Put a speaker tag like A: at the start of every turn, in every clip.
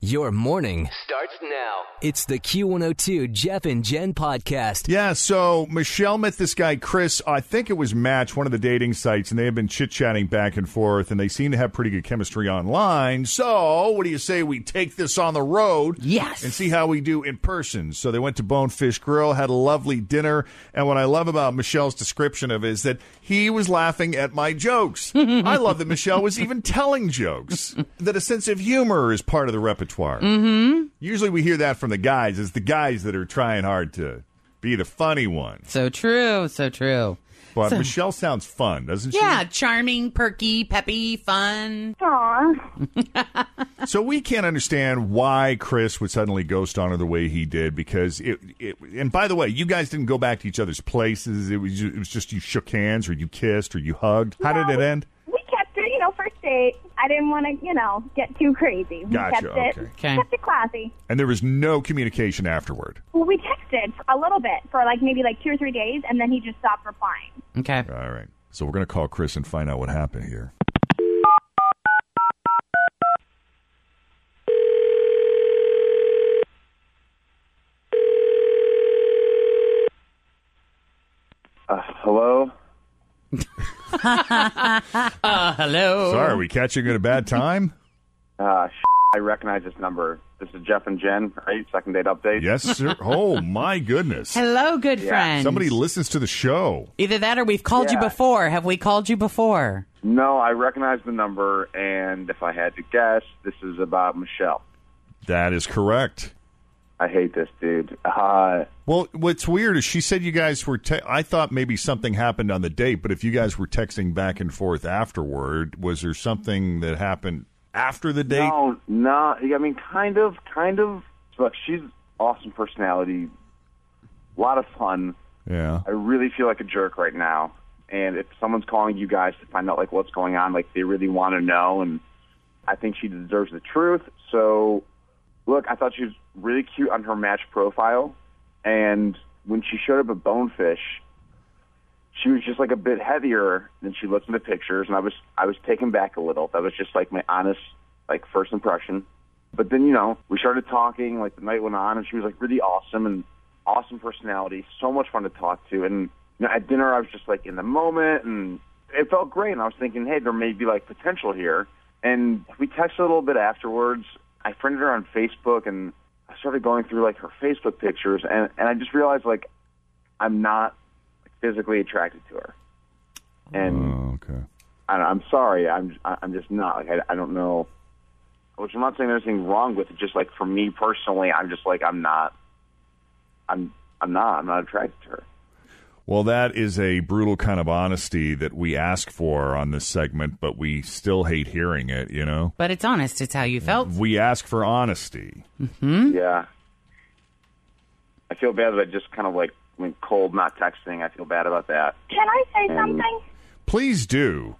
A: Your morning
B: starts now.
A: It's the Q102 Jeff and Jen podcast.
C: Yeah, so Michelle met this guy, Chris. I think it was Match, one of the dating sites, and they have been chit chatting back and forth, and they seem to have pretty good chemistry online. So, what do you say we take this on the road?
D: Yes.
C: And see how we do in person. So, they went to Bonefish Grill, had a lovely dinner, and what I love about Michelle's description of it is that he was laughing at my jokes. I love that Michelle was even telling jokes, that a sense of humor is part of the repertoire. Usually we hear that from the guys. It's the guys that are trying hard to be the funny one.
D: So true, so true.
C: But Michelle sounds fun, doesn't she?
D: Yeah, charming, perky, peppy, fun.
C: So we can't understand why Chris would suddenly ghost on her the way he did because it, it and by the way, you guys didn't go back to each other's places. It was it was just you shook hands or you kissed or you hugged. How did it end?
E: we kept it, you know, first date. I didn't want to, you know, get too crazy. We
C: Gotcha,
E: kept it,
C: okay.
D: Okay.
E: kept it classy.
C: And there was no communication afterward.
E: Well, we texted for a little bit for like maybe like two or three days, and then he just stopped replying.
D: Okay.
C: All right. So we're going to call Chris and find out what happened here.
F: Uh, hello?
D: Uh, hello.
C: Sorry, we catching you at a bad time?
F: Uh, sh- I recognize this number. This is Jeff and Jen, right? Second date update.
C: yes, sir. Oh my goodness.
D: Hello, good friend.
C: Somebody listens to the show.
D: Either that or we've called you
F: Yeah.
D: before. Have we called you before?
F: No, I recognize the number, and if I had to guess, this is about Michelle.
C: That is correct.
F: I hate this dude. Uh,
C: Well, what's weird is she said you guys were. Te- I thought maybe something happened on the date, but if you guys were texting back and forth afterward, was there something that happened after the date?
F: no, no. I mean, kind of, kind of. Look, she's awesome personality, a lot of fun.
C: Yeah.
F: I really feel like a jerk right now. And if someone's calling you guys to find out like what's going on, like they really want to know, and I think she deserves the truth. So, look, I thought she was really cute on her match profile, and when she showed up at Bonefish, she was just like a bit heavier than she looked in the pictures, and I was I was taken back a little. That was just like my honest like first impression. But then, you know, we started talking, like the night went on, and she was like really awesome and awesome personality, so much fun to talk to. And you know, at dinner, I was just like in the moment, and it felt great. And I was thinking, hey, there may be like potential here. And we texted a little bit afterwards. I friended her on Facebook, and I started going through like her Facebook pictures, and and I just realized like I'm not like, physically attracted to her. And
C: Oh, okay.
F: I don't, I'm sorry. I'm I- I'm just not. Like, I, I don't know. Which I'm not saying there's anything wrong with it. Just like for me personally, I'm just like I'm not. I'm I'm not. I'm not attracted to her.
C: Well, that is a brutal kind of honesty that we ask for on this segment, but we still hate hearing it. You know,
D: But it's honest. It's how you felt.
C: we ask for honesty.
F: Yeah. I feel bad that I just kind of like went cold, not texting. I feel bad about that.
E: Can I say something?
C: Please do.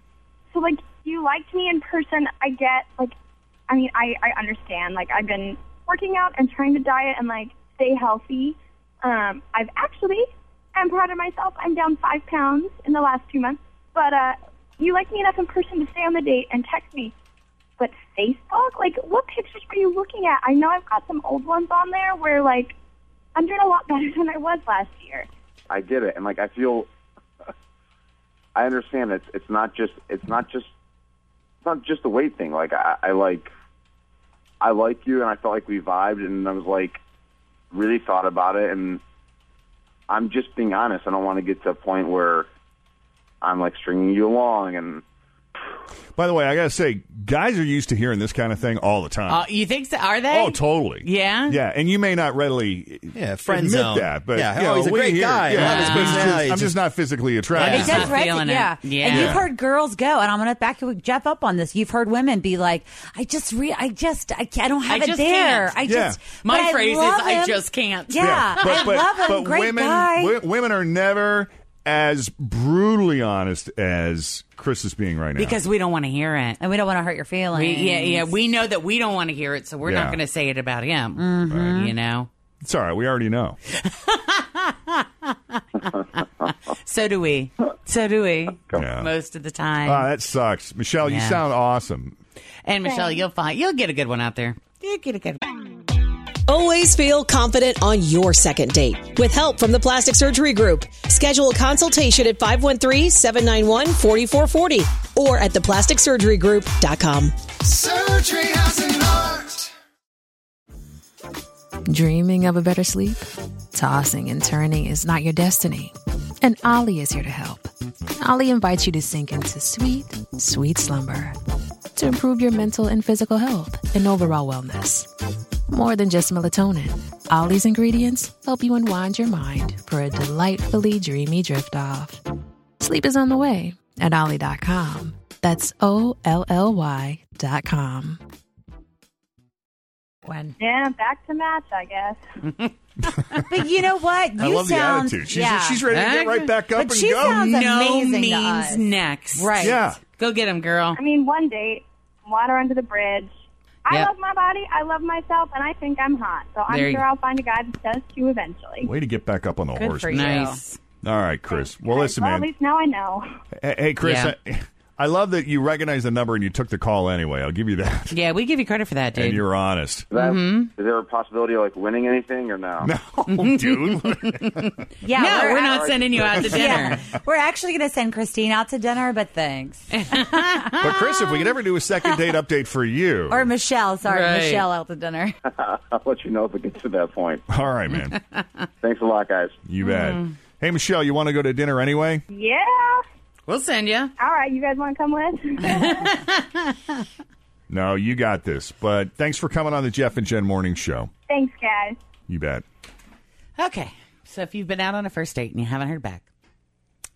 E: So, like, you liked me in person. I get, like, I mean, I, I understand. Like, I've been working out and trying to diet and, like, stay healthy. Um, I've actually, I'm proud of myself. I'm down five pounds in the last two months. But uh, you liked me enough in person to stay on the date and text me. But Facebook? Like, what pictures were you looking at? I know I've got some old ones on there where, like, I'm doing a lot better than I was last year.
F: I get it, and like I feel, I understand it's it's not just it's not just it's not just the weight thing. Like I, I like, I like you, and I felt like we vibed, and I was like, really thought about it, and I'm just being honest. I don't want to get to a point where I'm like stringing you along, and
C: By the way, I gotta say, guys are used to hearing this kind of thing all the time.
D: Uh, you think so? Are they?
C: Oh, totally.
D: Yeah?
C: Yeah, and you may not readily
G: Yeah, friend
C: admit
G: zone.
C: that, but
G: Yeah,
C: you know,
G: oh, he's a
C: we
G: great
C: hear-
G: guy. I
C: Yeah,
G: love his
C: I'm just-
G: personality.
C: I'm just not physically attracted.
H: It
C: to
H: does
D: Not
C: him.
H: resonate,
D: feeling it.
H: yeah.
D: Yeah.
H: And you've heard girls go, and I'm going to back you- Jeff up on this. You've heard women be like, "I just re, I just, I, ca- I don't have
D: I
H: it
D: just
H: there.
D: can't."
H: I
C: Yeah.
H: just."
D: My
H: but I
D: phrase is,
H: love
D: "I
H: him."
D: just can't.
H: Yeah,
C: but, but,
H: I love him.
C: but
H: Great
C: women,
H: guy.
C: wi- women are never as brutally honest as Chris is being right now.
D: Because we don't want to hear it.
C: Oh,
H: and we don't want to hurt your feelings.
D: We, yeah, yeah. We know that we don't want to hear it, so we're
C: Yeah. Mm-hmm.
D: not going to say it about him.
H: Mm-hmm.
D: You know?
C: it's all right, we already know.
D: So do we. So do we.
C: Yeah.
D: Most of the time.
C: Ah, that sucks, Michelle. You
D: Yeah.
C: sound awesome.
D: and Michelle, you'll find you'll get a good one out there. You'll get a good one.
I: Always feel confident on your second date. With help from the Plastic Surgery Group, schedule a consultation at 513-791-4440 or at theplasticsurgerygroup.com.
G: Surgery has an art.
J: Dreaming of a better sleep? Tossing and turning is not your destiny. And Ollie is here to help. Ollie invites you to sink into sweet, sweet slumber to improve your mental and physical health and overall wellness. More than just melatonin, Ollie's ingredients help you unwind your mind for a delightfully dreamy drift off. Sleep is on the way at Ollie.com. That's O L L Y dot com.
H: When.
E: Yeah, back to match, I guess.
H: But you know what? You
C: I love
H: sound,
C: the attitude. She's,
H: yeah.
C: she's ready to get right back up
H: But
C: and
H: she
C: go.
H: sounds like-
D: No
H: amazing to
D: means
H: us.
D: next.
H: Right.
C: yeah,
D: Go get him, girl.
E: I mean, one date, water under the bridge. I
D: Yep.
E: love my body, I love myself, and I think I'm hot. So I'm
D: There you
E: sure
D: go.
E: I'll find a guy that does too eventually.
C: way to get back up on the horse.
H: for you.
D: Nice.
C: All right, Chris. Well, listen,
E: well,
C: man.
E: at least now I know.
C: Hey, hey, Chris,
D: Yeah.
C: I, I love that you recognize the number and you took the call anyway. I'll give you that.
D: Yeah, we give you credit for that,
C: And
D: dude.
C: you're honest.
F: is, that,
K: Mm-hmm.
F: is there a possibility of like winning anything or no?
C: Oh, dude.
H: Yeah,
D: no, we're,
H: ac-
D: not sending you out to dinner.
H: We're actually going to send Christine out to dinner, but thanks.
C: but, Chris, if we could ever do a second date update for you.
H: Or Michelle, sorry,
D: Right.
H: Michelle out to dinner.
F: I'll let you know if it gets to that point.
C: All right, man.
F: Thanks a lot, guys.
C: You bet. Hey, Michelle, you want to go to dinner anyway?
E: Yeah.
D: We'll send you.
E: All right, you guys want to come with?
C: No, you got this. But thanks for coming on the Jeff and Jen Morning Show.
E: Thanks, guys.
C: You bet.
D: Okay. So if you've been out on a first date and you haven't heard back,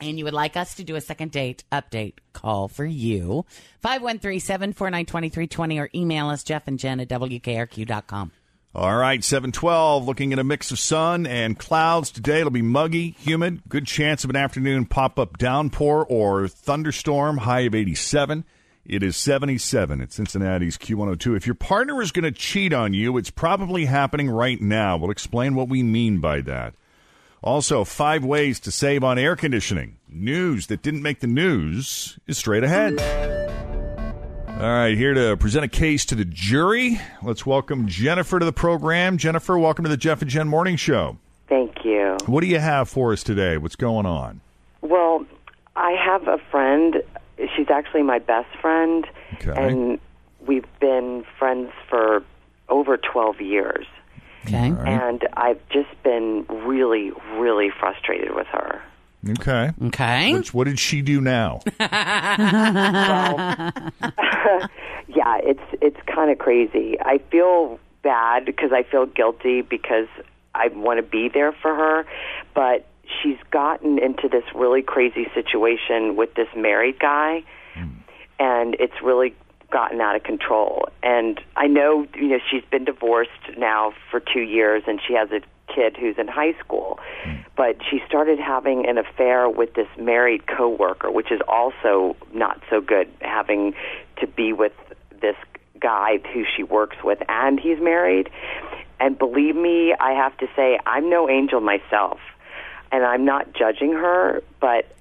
D: and you would like us to do a second date update call for you, 513-749-2320 or email us, Jeff and Jen at WKRQ.com.
C: All right, 712, looking at a mix of sun and clouds today. It'll be muggy, humid, good chance of an afternoon pop up downpour or thunderstorm, high of 87. It is 77 at Cincinnati's Q102. If your partner is going to cheat on you, it's probably happening right now. We'll explain what we mean by that. Also, five ways to save on air conditioning. News that didn't make the news is straight ahead. All right, here to present a case to the jury. Let's welcome Jennifer to the program. Jennifer, welcome to the Jeff and Jen Morning Show.
K: Thank you.
C: What do you have for us today? What's going on?
K: Well, I have a friend. She's actually my best friend,
C: Okay.
K: and
F: Um,
K: we've been friends for over 12 years.
D: Okay.
K: And I've just been really, really frustrated with her.
C: Okay.
D: Okay.
C: Which, what did she do now?
K: Yeah, it's it's kind of crazy. I feel bad because I feel guilty because I want to be there for her, but she's gotten into this really crazy situation with this married guy, and it's really gotten out of control. And I know, you know, she's been divorced now for 2 years and she has a kid who's in high school. But she started having an affair with this married coworker, which is also not so good having to be with this guy who she works with and he's married. And believe me, I have to say I'm no angel myself. And I'm not judging her, but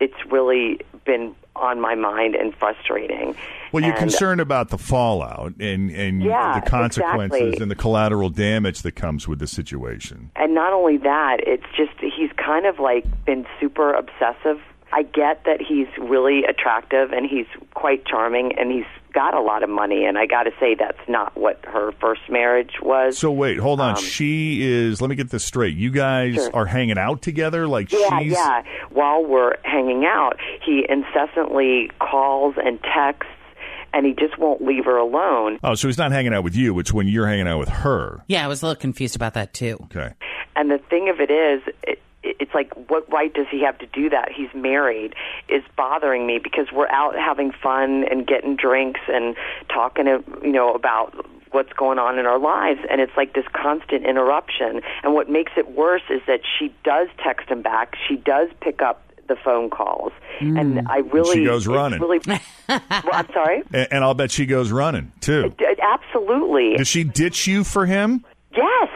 K: it's really been on my mind and frustrating.
C: Well, you're
K: And-
C: concerned about the fallout and, and
K: Yeah,
C: the consequences
K: exactly.
C: and the collateral damage that comes with the situation.
K: And not only that, it's just he's kind of like been super obsessive
F: I get that he's really attractive and he's quite charming and he's got a lot of money. And I got to say, that's not what her first marriage was.
C: So wait, hold on. she is. Let me get this straight. You guys
F: Sure.
C: are hanging out together, like
F: Yeah,
C: she's.
F: yeah. While we're hanging out, he incessantly calls and texts, and he just won't leave her alone.
C: Oh, so he's not hanging out with you. It's when you're hanging out with her.
D: Yeah, I was a little confused about that too.
C: Okay.
F: And the thing of it is, it, it's like, what right does he have to do that? He's married. It's bothering me because we're out having fun and getting drinks and talking, uh, you know, about what's going on in our lives and it's like this constant interruption and what makes it worse is that she does text him back she does pick up the phone calls and i really
C: Hmm. She goes
F: it's
C: running.
F: really well, i'm sorry
C: And, and I'll bet she goes running too.
F: D- uh, absolutely
C: Does she ditch you for him?
F: yes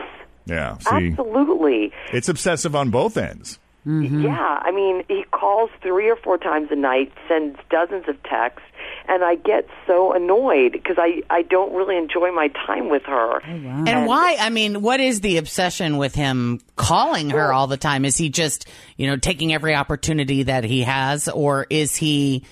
C: Yeah. See,
F: absolutely
C: it's obsessive on both ends. Mm-hmm.
F: Yeah, I mean, he calls three or four times a night, sends dozens of texts, and I get so annoyed because I I don't really enjoy my time with her.
D: And why? I mean, what is the obsession with him calling her all the time? Is he just, you know, taking every opportunity that he has, or is he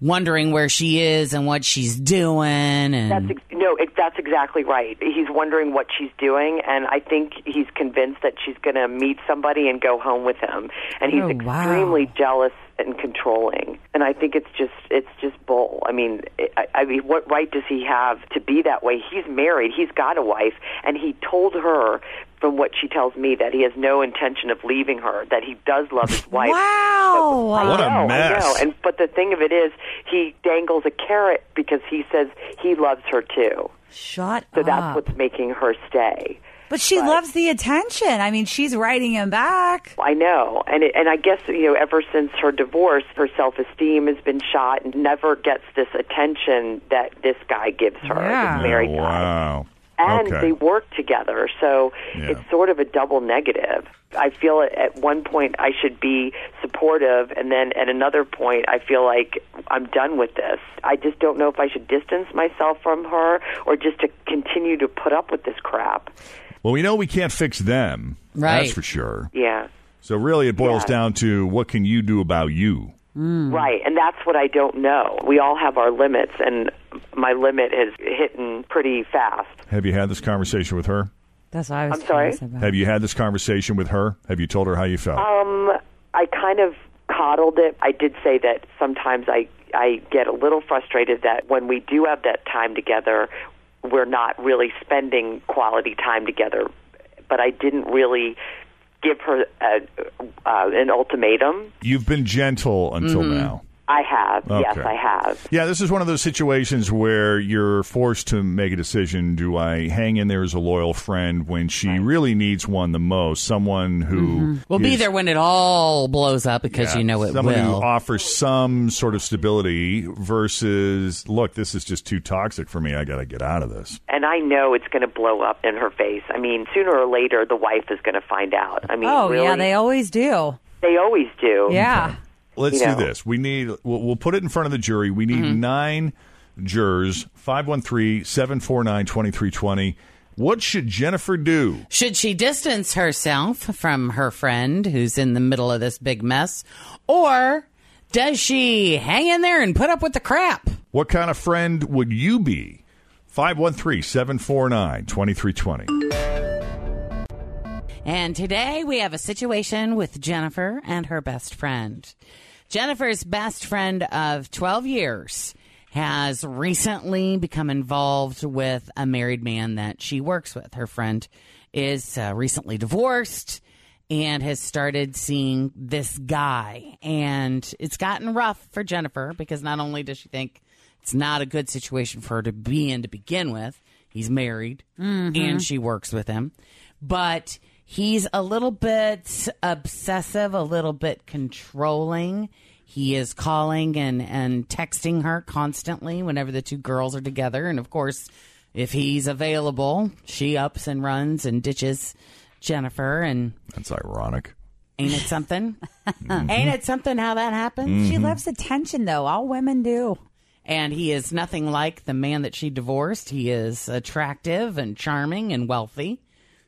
D: wondering where she is and what she's doing? And
F: That's ex- no, it, that's exactly right. He's wondering what she's doing, and I think he's convinced that she's going to meet somebody and go home with him. And he's
D: Oh, wow.
F: extremely jealous and controlling. And I think it's just it's just bull. I mean, I, I mean, what right does he have to be that way? He's married. He's got a wife, and he told her. From what she tells me, that he has no intention of leaving her. That he does love his wife.
J: Wow!
F: I
C: What a
F: know, I
C: mess.
F: know. And but the thing of it is, he dangles a carrot because he says he loves her too.
J: Shut
F: So
J: up.
K: Ah.
F: that's what's making her stay.
J: but she loves the attention. I mean, she's writing him back.
F: I know, and it, and I guess you know, ever since her divorce, her self esteem has been shot and never gets this attention that this guy gives her. this
J: Yeah.
F: married
C: Oh,
F: guy.
C: wow.
F: and
C: okay.
F: they work together. So
C: Yeah.
F: it's sort of a double negative. I feel at- at one point I should be supportive, and then at another point I feel like I'm done with this. I just don't know if I should distance myself from her or just to continue to put up with this crap.
C: Well, we know we can't fix them.
F: Right.
C: That's for sure.
F: Yeah.
C: So really, it boils
F: Yeah.
C: down to what can you do about you?
F: Right, and that's what I don't know. We all have our limits, and my limit is hitting pretty fast.
C: Have you had this conversation with her?
J: That's what I was
F: I'm sorry?
J: curious about.
C: Have you had this conversation with her? Have you told her how you felt?
F: Um, I kind of coddled it. I did say that sometimes I I get a little frustrated that when we do have that time together, we're not really spending quality time together. But I didn't really give her a, uh, an ultimatum.
C: You've been gentle until
F: Mhm.
C: now.
F: I have, yes,
C: Okay.
F: I have.
C: Yeah, this is one of those situations where you're forced to make a decision. Do I hang in there as a loyal friend when she really needs one the most? Someone who
D: Mm-hmm. we'll be
C: is-
D: there when it all blows up because
C: Yeah,
D: you know it
C: someone who
D: will.
C: offers some sort of stability versus, look, this is just too toxic for me. I got to get out of this.
F: And I know it's going to blow up in her face. I mean, sooner or later, the wife is going to find out. I mean,
J: oh
F: really,
J: yeah, they always do.
F: they always do.
J: Yeah.
C: Let's
F: You know.
C: do this. We need. We'll, we'll put it in front of the jury. We need
D: Mm-hmm.
C: nine jurors. 513-749-2320. What should Jennifer do?
D: Should she distance herself from her friend who's in the middle of this big mess, or does she hang in there and put up with the crap?
C: What kind of friend would you be? 513-749-2320.
D: And today we have a situation with Jennifer and her best friend. Jennifer's best friend of 12 years has recently become involved with a married man that she works with. Her friend is uh, recently divorced and has started seeing this guy. And it's gotten rough for Jennifer because not only does she think it's not a good situation for her to be in to begin with, he's married and she works with him, but he's a little bit obsessive, a little bit controlling. He is calling and, and texting her constantly whenever the two girls are together. And of course, if he's available, she ups and runs and ditches Jennifer and
C: That's ironic.
D: Ain't it something? Ain't it something how that happens?
J: She loves attention, though. All women do.
D: And he is nothing like the man that she divorced. He is attractive and charming and wealthy.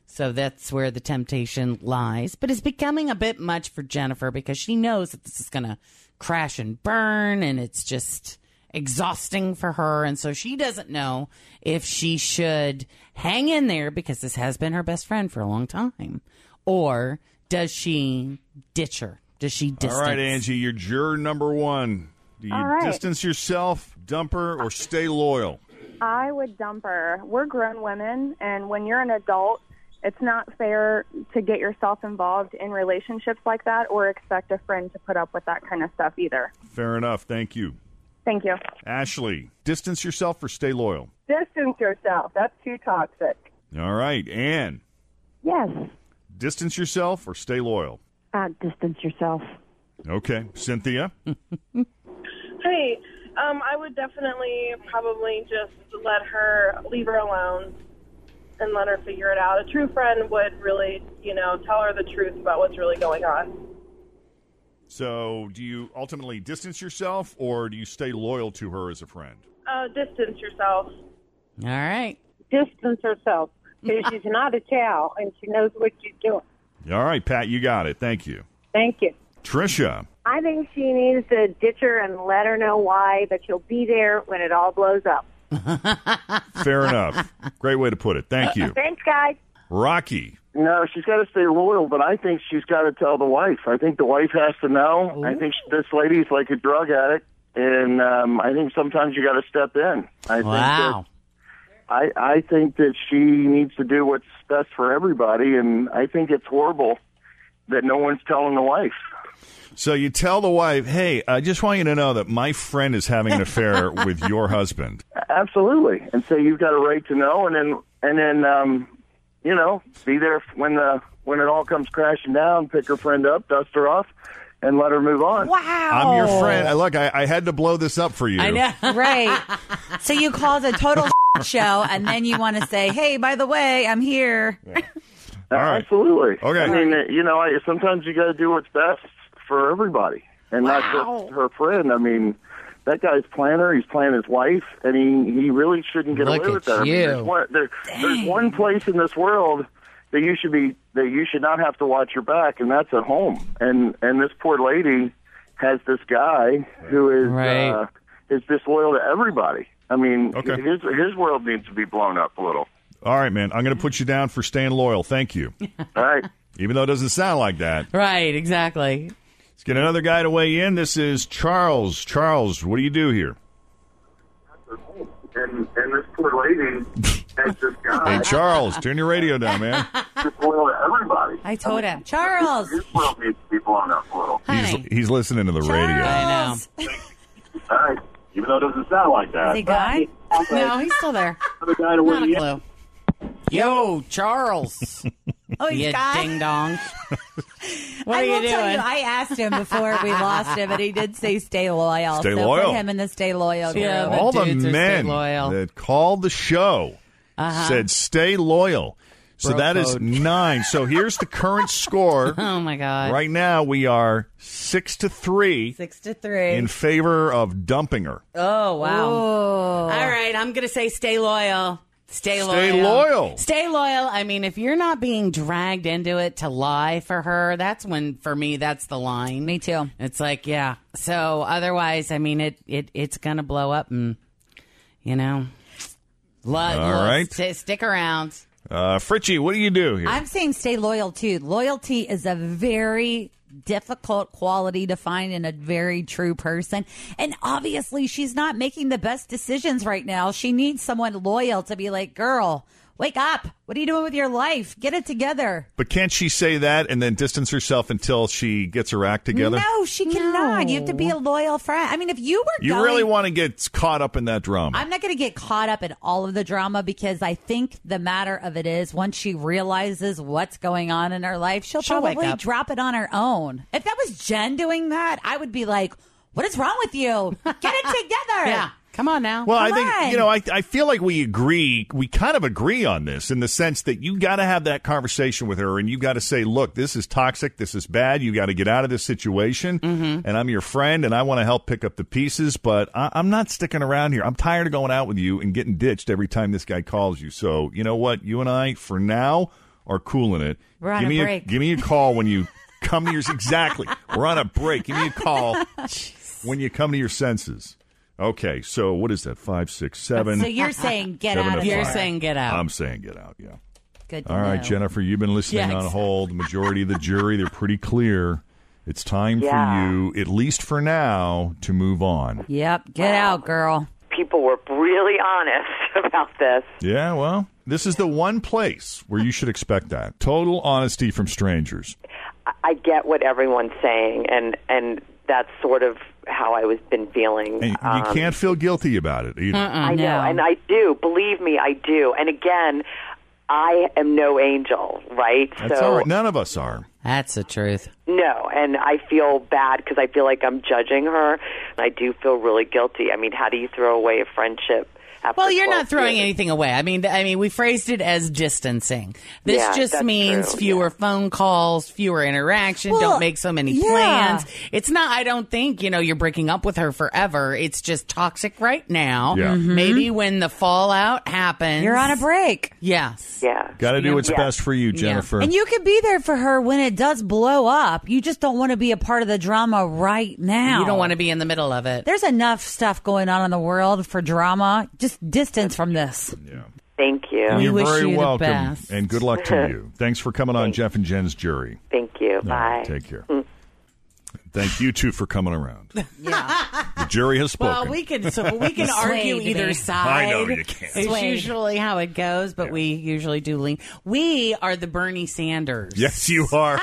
D: So that's where the temptation lies. But it's becoming a bit much for Jennifer because she knows that this is going to crash and burn and it's just exhausting for her. And so she doesn't know if she should hang in there because this has been her best friend for a long time or does she ditch her? Does she distance?
C: All right, Angie, you're juror number one. Do you
E: All right.
C: distance yourself, dump her, or stay loyal?
E: I would dump her. We're grown women, and when you're an adult, it's not fair to get yourself involved in relationships like that or expect a friend to put up with that kind of stuff either.
C: Fair enough. Thank you.
E: Thank you.
C: Ashley, distance yourself or stay loyal?
L: Distance yourself. That's too toxic.
C: All right. Anne,
L: Yes.
C: distance yourself or stay loyal?
L: Uh, distance yourself.
C: Okay. Cynthia?
M: Hey, um, I would definitely probably just let her leave her alone and let her figure it out. A true friend would really, you know, tell her the truth about what's really going on.
C: So, do you ultimately distance yourself or do you stay loyal to her as a friend?
M: Uh, distance yourself.
D: All right.
L: Distance herself because she's not a chow and she knows what she's doing.
C: All right, Pat, you got it. Thank you.
L: Thank you.
C: Trisha,
N: I think she needs to ditch her and let her know why, but she'll be there when it all blows up.
C: fair enough. Great way to put it. Thank you.
N: Thanks, guys.
C: Rocky,
K: No, she's got to stay loyal, but I think she's got to tell the wife. I think the wife has to know. I think she, this lady's like a drug addict, and um, I think sometimes you got to step in. I
D: Wow.
K: Think that, I I think that she needs to do what's best for everybody, and I think it's horrible that no one's telling the wife.
C: So you tell the wife, hey, I just want you to know that my friend is having an affair with your husband.
K: Absolutely, and so you've got a right to know, and then and then um, you know be there when the when it all comes crashing down. Pick her friend up, dust her off, and let her move on. Wow,
C: I'm your friend. I, look, I, I had to blow this up for you.
J: right. So you called a total show, and then you want to say, "Hey, by the way, I'm here."
K: Absolutely. Okay. I
J: mean,
K: uh, you know, I, sometimes you got to do what's best for everybody, and not just her friend. I mean, that guy's playing her. He's playing his wife, and he he really shouldn't get
O: Look
K: away with
O: at
K: that. I mean,
O: you.
K: there's one there, there's one place in this world that you should be that you should not have to watch your back, and that's at home. And and this poor lady has this guy who is uh, is disloyal to everybody. I mean,
C: Okay.
K: his his world needs to be blown up a little.
C: All right, man. I'm going to put you down for staying loyal. Thank you.
K: All right.
C: Even though it doesn't sound like that.
D: Right, exactly.
C: Let's get another guy to weigh in. This is Charles. Charles, what do you do here?
P: and and this poor lady has this guy
C: Hey, Charles, turn your radio down, man.
P: just loyal to everybody.
J: I told him, Charles.
P: His world needs to be blown up a little.
C: He's, he's listening to the radio.
D: I
P: All right, even though it doesn't sound like that.
D: Is he gone?
J: Oh,
D: No, he's still there. Not a clue. Yo, Charles.
J: Oh, he's
D: you
J: gone?
D: ding dong. What
J: I
D: are you
J: will
D: doing?
J: tell you, I asked him before we lost him, and he did say, "Stay loyal."
C: Stay
J: so
C: loyal.
J: Put him in the stay loyal.
D: Yeah,
J: group.
C: All the men that called the show
J: Uh-huh.
C: said stay loyal. So
D: Bro
C: that is
D: code.
C: nine. So here's the current score.
D: Oh, my God.
C: Right now we are six to three
J: Six to three.
C: in favor of dumping her.
D: Oh wow! All right, I'm gonna say stay loyal. Stay loyal.
C: Stay loyal.
D: Stay loyal. I mean, if you're not being dragged into it to lie for her, that's when for me that's the line. Me
J: too.
D: It's like yeah. So otherwise, I mean, it it it's gonna blow up, and you know, love.
C: All right.
D: stick around.
C: Uh, Fritchie, what do you do here?
J: I'm saying stay loyal too. Loyalty is a very difficult quality to find in a very true person. And obviously, she's not making the best decisions right now. She needs someone loyal to be like, girl, wake up. What are you doing with your life? Get it together.
C: but can't she say that and then distance herself until she gets her act together?
J: No, she cannot. You have to be a loyal friend. I mean, if you were
C: You
J: going,
C: really want to get caught up in that drama.
J: I'm not going to get caught up in all of the drama because I think the matter of it is once she realizes what's going on in her life, she'll,
D: She'll wake
J: probably
D: up.
J: drop it on her own. If that was Jen doing that, I would be like, "What is wrong with you? Get it together." yeah,
D: come on now.
C: Well, I think you know. I I feel like we agree. We kind of agree on this in the sense that you got to have that conversation with her, and you got to say, "Look, this is toxic. This is bad. You got to get out of this situation."
J: Mm-hmm.
C: And I'm your friend, and I want to help pick up the pieces, but I, I'm not sticking around here. I'm tired of going out with you and getting ditched every time this guy calls you. So you know what? You and I, for now, are cool in it,
J: We're on
C: give
J: a
C: me
J: break.
C: give me a call when you come to your exactly. We're on a break. Give me a call when you come to your senses. Okay, so what is that? Five, six, seven.
J: So you're saying get
C: seven
J: out
C: to
J: of
D: You're
C: five.
D: saying get out.
C: I'm saying get out. Yeah.
J: Good.
C: All right, Jennifer, you've been listening
J: Yeah,
C: on hold. The majority of the jury, they're pretty clear. It's time
F: Yeah.
C: for you, at least for now, to move on.
J: Yep. Get out, girl.
F: People were really honest about this.
C: Yeah, well, this is the one place where you should expect that total honesty from strangers.
F: I- I get what everyone's saying, and and that's sort of how I was been feeling.
C: And you
F: Um,
C: can't feel guilty about it either.
J: Uh-uh.
F: I know, and I do. Believe me, I do. And again, I am no angel, right?
C: That's
F: so
C: all right. None of us are.
D: That's the truth.
F: no, and I feel bad because I feel like I'm judging her. And I do feel really guilty. I mean, how do you throw away a friendship? After
D: Well, you're
F: 12
D: not throwing
F: years?
D: anything away. I mean, I mean, we phrased it as distancing. This
F: Yeah,
D: just
F: that's
D: means
F: true,
D: fewer phone calls, fewer interaction.
J: Well,
D: don't make so many
J: yeah.
D: plans. It's not. I don't think you know you're breaking up with her forever. It's just toxic right now.
C: Yeah. Mhm.
D: Maybe when the fallout happens,
J: You're on a break.
D: Yes.
F: Yeah.
C: Got to do what's
J: Yeah.
C: best for you, Jennifer.
J: And you can be there for her when it does blow up. You just don't want to be a part of the drama right now.
D: You don't want to be in the middle of it.
J: There's enough stuff going on in the world for drama. Just distance from this.
F: Thank you.
C: And you're
J: We wish
C: very
J: you the
C: welcome.
J: best.
C: And good luck to you. Thanks for coming on Jeff and Jen's jury.
F: Thank you.
C: No,
F: Bye.
C: Take care. Thank you two for coming around. Yeah. The jury has spoken.
D: Well, we can so we can
J: Swayed
D: argue
J: me.
D: either
C: I
D: side.
C: know you can't.
D: It's
J: Swayed.
D: usually how it goes, but we usually do lean. We are the Bernie Sanders.
C: Yes, you are.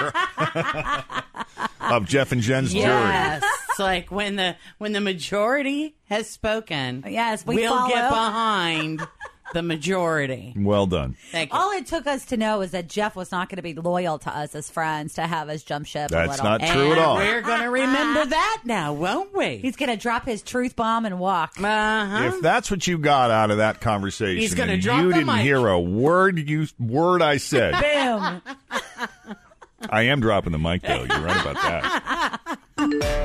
C: of Jeff and Jen's jury.
D: Yes, it's like when the when the majority has spoken.
J: Oh, Yes, we
D: will get
J: follow.
D: behind the majority.
C: Well done.
D: Thank you.
J: All it took us to know is that Jeff was not going to be loyal to us as friends to have us jump ship.
C: That's
J: a little.
C: not true at all.
D: We're gonna remember that now, won't we?
J: He's going to drop his truth bomb and walk.
D: Uh huh.
C: If that's what you got out of that conversation,
D: He's gonna
C: and
D: drop
C: you
D: the
C: didn't
D: mic.
C: hear a word you word I said.
J: Boom.
C: I am dropping the mic though. You're right about that.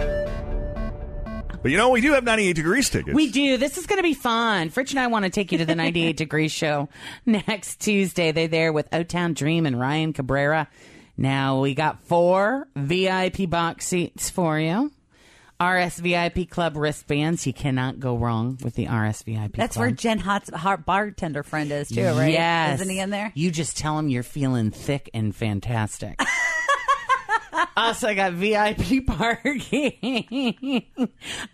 C: But you know, we do have 98 degrees tickets.
D: We do. This is going to be fun. Fritch and I want to take you to the 98 Degrees Show next Tuesday. They're there with O Town Dream and Ryan Cabrera. Now, we got four VIP box seats for you. RSVIP Club wristbands. You cannot go wrong with the RSVIP
J: That's where
D: Club.
J: Jen Hot's hot bartender friend is too, right?
D: Yes.
J: Isn't he in there?
D: You just tell him you're feeling thick and fantastic. also, I got VIP parking.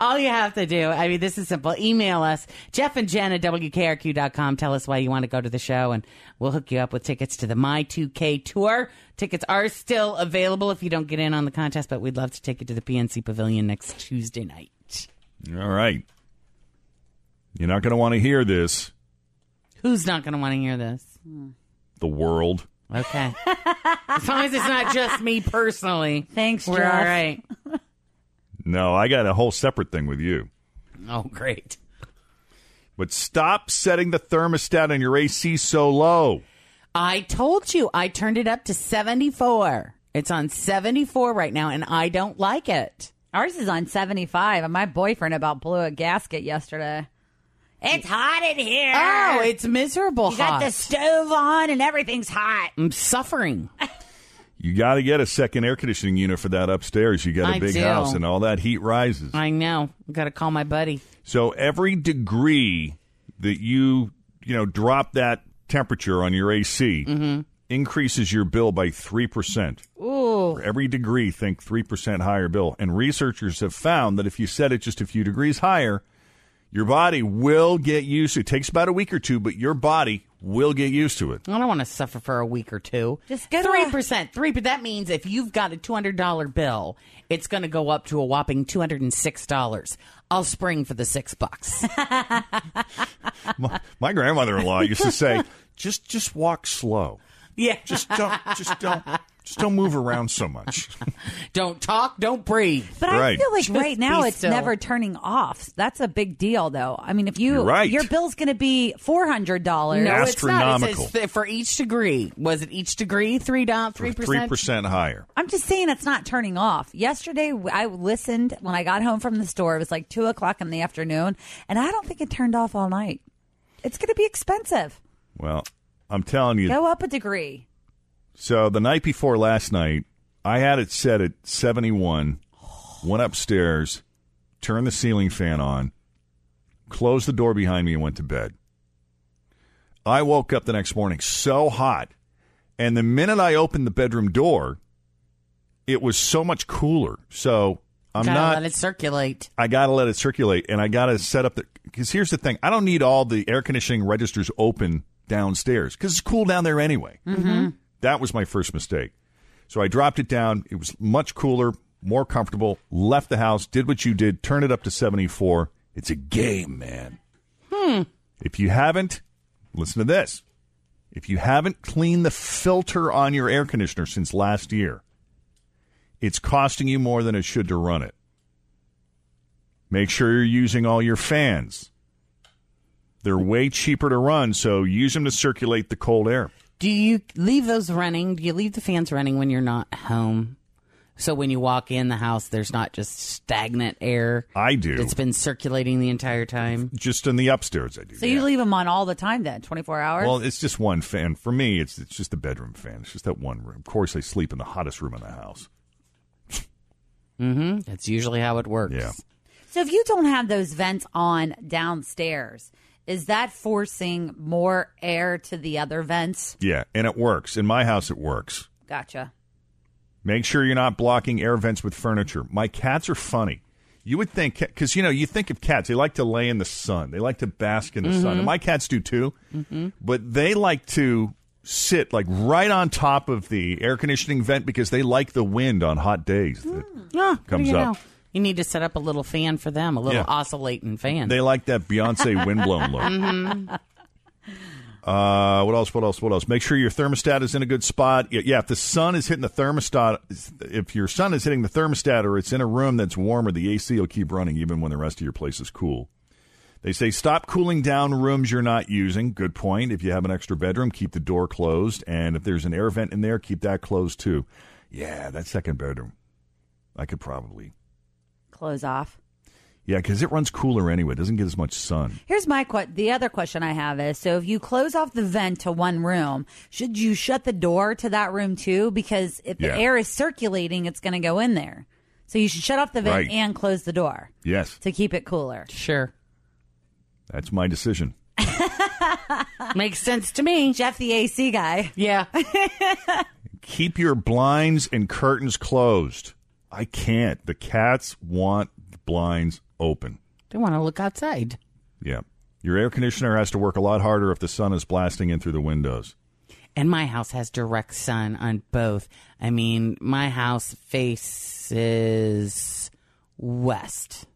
D: All you have to do, I mean, this is simple. Email us, Jeff and Jen at WKRQ.com. Tell us why you want to go to the show, and we'll hook you up with tickets to the My2K tour. Tickets are still available if you don't get in on the contest, but we'd love to take you to the PNC Pavilion next Tuesday night.
C: All right. You're not going to want to hear this.
D: Who's not going to want to hear this?
C: The world.
D: Okay. as long as it's not just me personally.
J: Thanks,
D: We're
J: Jeff.
D: all right.
C: No, I got a whole separate thing with you.
D: Oh, great.
C: But stop setting the thermostat on your AC so low.
D: I told you I turned it up to 74. It's on 74 right now, and I don't like it.
J: Ours is on 75, and my boyfriend about blew a gasket yesterday. It's hot in here.
D: Oh, it's miserable
J: you
D: hot.
J: got the stove on and everything's hot.
D: I'm suffering.
C: You got to get a second air conditioning unit for that upstairs. You got a
D: I
C: big
D: do.
C: house, and all that heat rises.
D: I know. Got to call my buddy.
C: So every degree that you you know drop that temperature on your AC
D: Mm-hmm.
C: increases your bill by three percent.
J: Ooh.
C: For every degree, think three percent higher bill. And researchers have found that if you set it just a few degrees higher, your body will get used to it. Takes about a week or two, but your body will get used to it.
D: I don't want to suffer for a week or two.
J: Just get
D: three
J: a-
D: percent. Three, but that means if you've got a two hundred dollar bill, it's going to go up to a whopping two hundred and six dollars. I'll spring for the six bucks.
C: My, my grandmother-in-law used to say, "Just just walk slow.
D: yeah,
C: Just don't just don't just don't move around so much."
D: don't talk, don't breathe.
J: But
C: Right.
J: I feel like
D: Just
J: right now
D: be
J: it's
D: still.
J: never turning off. That's a big deal, though. I mean, if you
C: You're right.
J: your bill's going to be four hundred dollars.
D: No, it's not. It
C: Astronomical.
D: says th- for each degree. Was it each degree three down three
C: Three
D: percent?
C: percent higher.
J: I'm just saying it's not turning off. Yesterday, w- I listened when I got home from the store. It was like two o'clock in the afternoon, and I don't think it turned off all night. It's going to be expensive.
C: Well, I'm telling you,
J: Go up a degree.
C: So the night before last night, I had it set at 71, went upstairs, turned the ceiling fan on, closed the door behind me, and went to bed. I woke up the next morning so hot. And the minute I opened the bedroom door, it was so much cooler. So I'm
D: Gotta
C: not.
D: let it circulate.
C: I got to let it circulate and I got to set up the. Because here's the thing I don't need all the air conditioning registers open downstairs because it's cool down there anyway.
D: Mm-hmm.
C: That was my first mistake. So I dropped it down. It was much cooler, more comfortable. Left the house, did what you did, turned it up to 74. It's a game, man.
D: Hmm.
C: If you haven't, listen to this. If you haven't cleaned the filter on your air conditioner since last year, it's costing you more than it should to run it. Make sure you're using all your fans. They're way cheaper to run, so use them to circulate the cold air.
D: Do you leave those running? Do you leave the fans running when you're not home? So when you walk in the house, there's not just stagnant air.
C: I do.
D: It's been circulating the entire time.
C: Just in the upstairs, I do.
J: So you leave them on all the time then, 24 hours?
C: Well, it's just one fan. For me, it's it's just the bedroom fan. It's just that one room. Of course, I sleep in the hottest room in the house.
D: Mm-hmm. That's usually how it works.
C: Yeah.
J: so if you don't have those vents on downstairs, is that forcing more air to the other vents?
C: Yeah, and it works. In my house, it works.
J: Gotcha.
C: Make sure you're not blocking air vents with furniture. My cats are funny. You would think, because you know, you think of cats, they like to lay in the sun, they like to bask in the sun.
D: Mhm.
C: And my cats do too,
D: Mm-hmm.
C: but they like to sit like right on top of the air conditioning vent because they like the wind on hot days.
D: Yeah. what do
C: Comes
D: you
C: up.
D: know? You need to set up a little fan for them, a little
C: Yeah.
D: oscillating fan.
C: They like that Beyonce windblown look.
D: Mhm.
C: Uh, what else? What else? What else? Make sure your thermostat is in a good spot. Y- Yeah, if the sun is hitting the thermostat, if your sun is hitting the thermostat or it's in a room that's warmer, the AC will keep running even when the rest of your place is cool. They say stop cooling down rooms you're not using. Good point. If you have an extra bedroom, keep the door closed. And if there's an air vent in there, keep that closed too. Yeah, that second bedroom. I could probably.
J: Close off.
C: Yeah, because it runs cooler anyway. It doesn't get as much sun.
J: Here's my que- the other question I have is so if you close off the vent to one room, should you shut the door to that room too? Because if
C: Yeah.
J: the air is circulating, it's going to go in there. So you should shut off the vent
C: Right.
J: and close the door
C: Yes,
J: to keep it cooler.
D: Sure.
C: that's my decision.
D: Makes sense to me.
J: Jeff, the AC guy.
D: Yeah.
C: keep your blinds and curtains closed. I can't. The cats want blinds open.
D: They want to look outside.
C: Yeah. Your air conditioner has to work a lot harder if the sun is blasting in through the windows.
D: And my house has direct sun on both. I mean, my house faces west.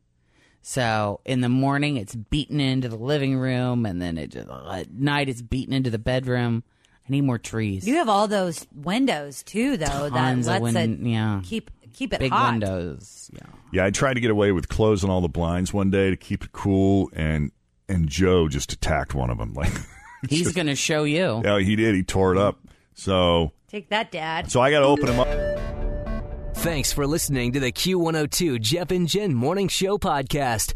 D: So in the morning, it's beaten into the living room, and then it just, at night, it's beaten into the bedroom. I need more trees.
J: You have all those windows too, though,
D: Tons
J: that
D: of
J: lets
D: win-
J: it
D: yeah.
J: keep keep it
D: Big
J: hot.
D: windows. Yeah.
C: Yeah, I tried to get away with closing all the blinds one day to keep it cool, and and Joe just attacked one of them. Like,
D: He's going to show you.
C: yeah, he did. He tore it up. So,
J: Take that, Dad.
C: so I got to open him up.
A: oh Thanks for listening to the Q102 Jeff and Jen Morning Show podcast.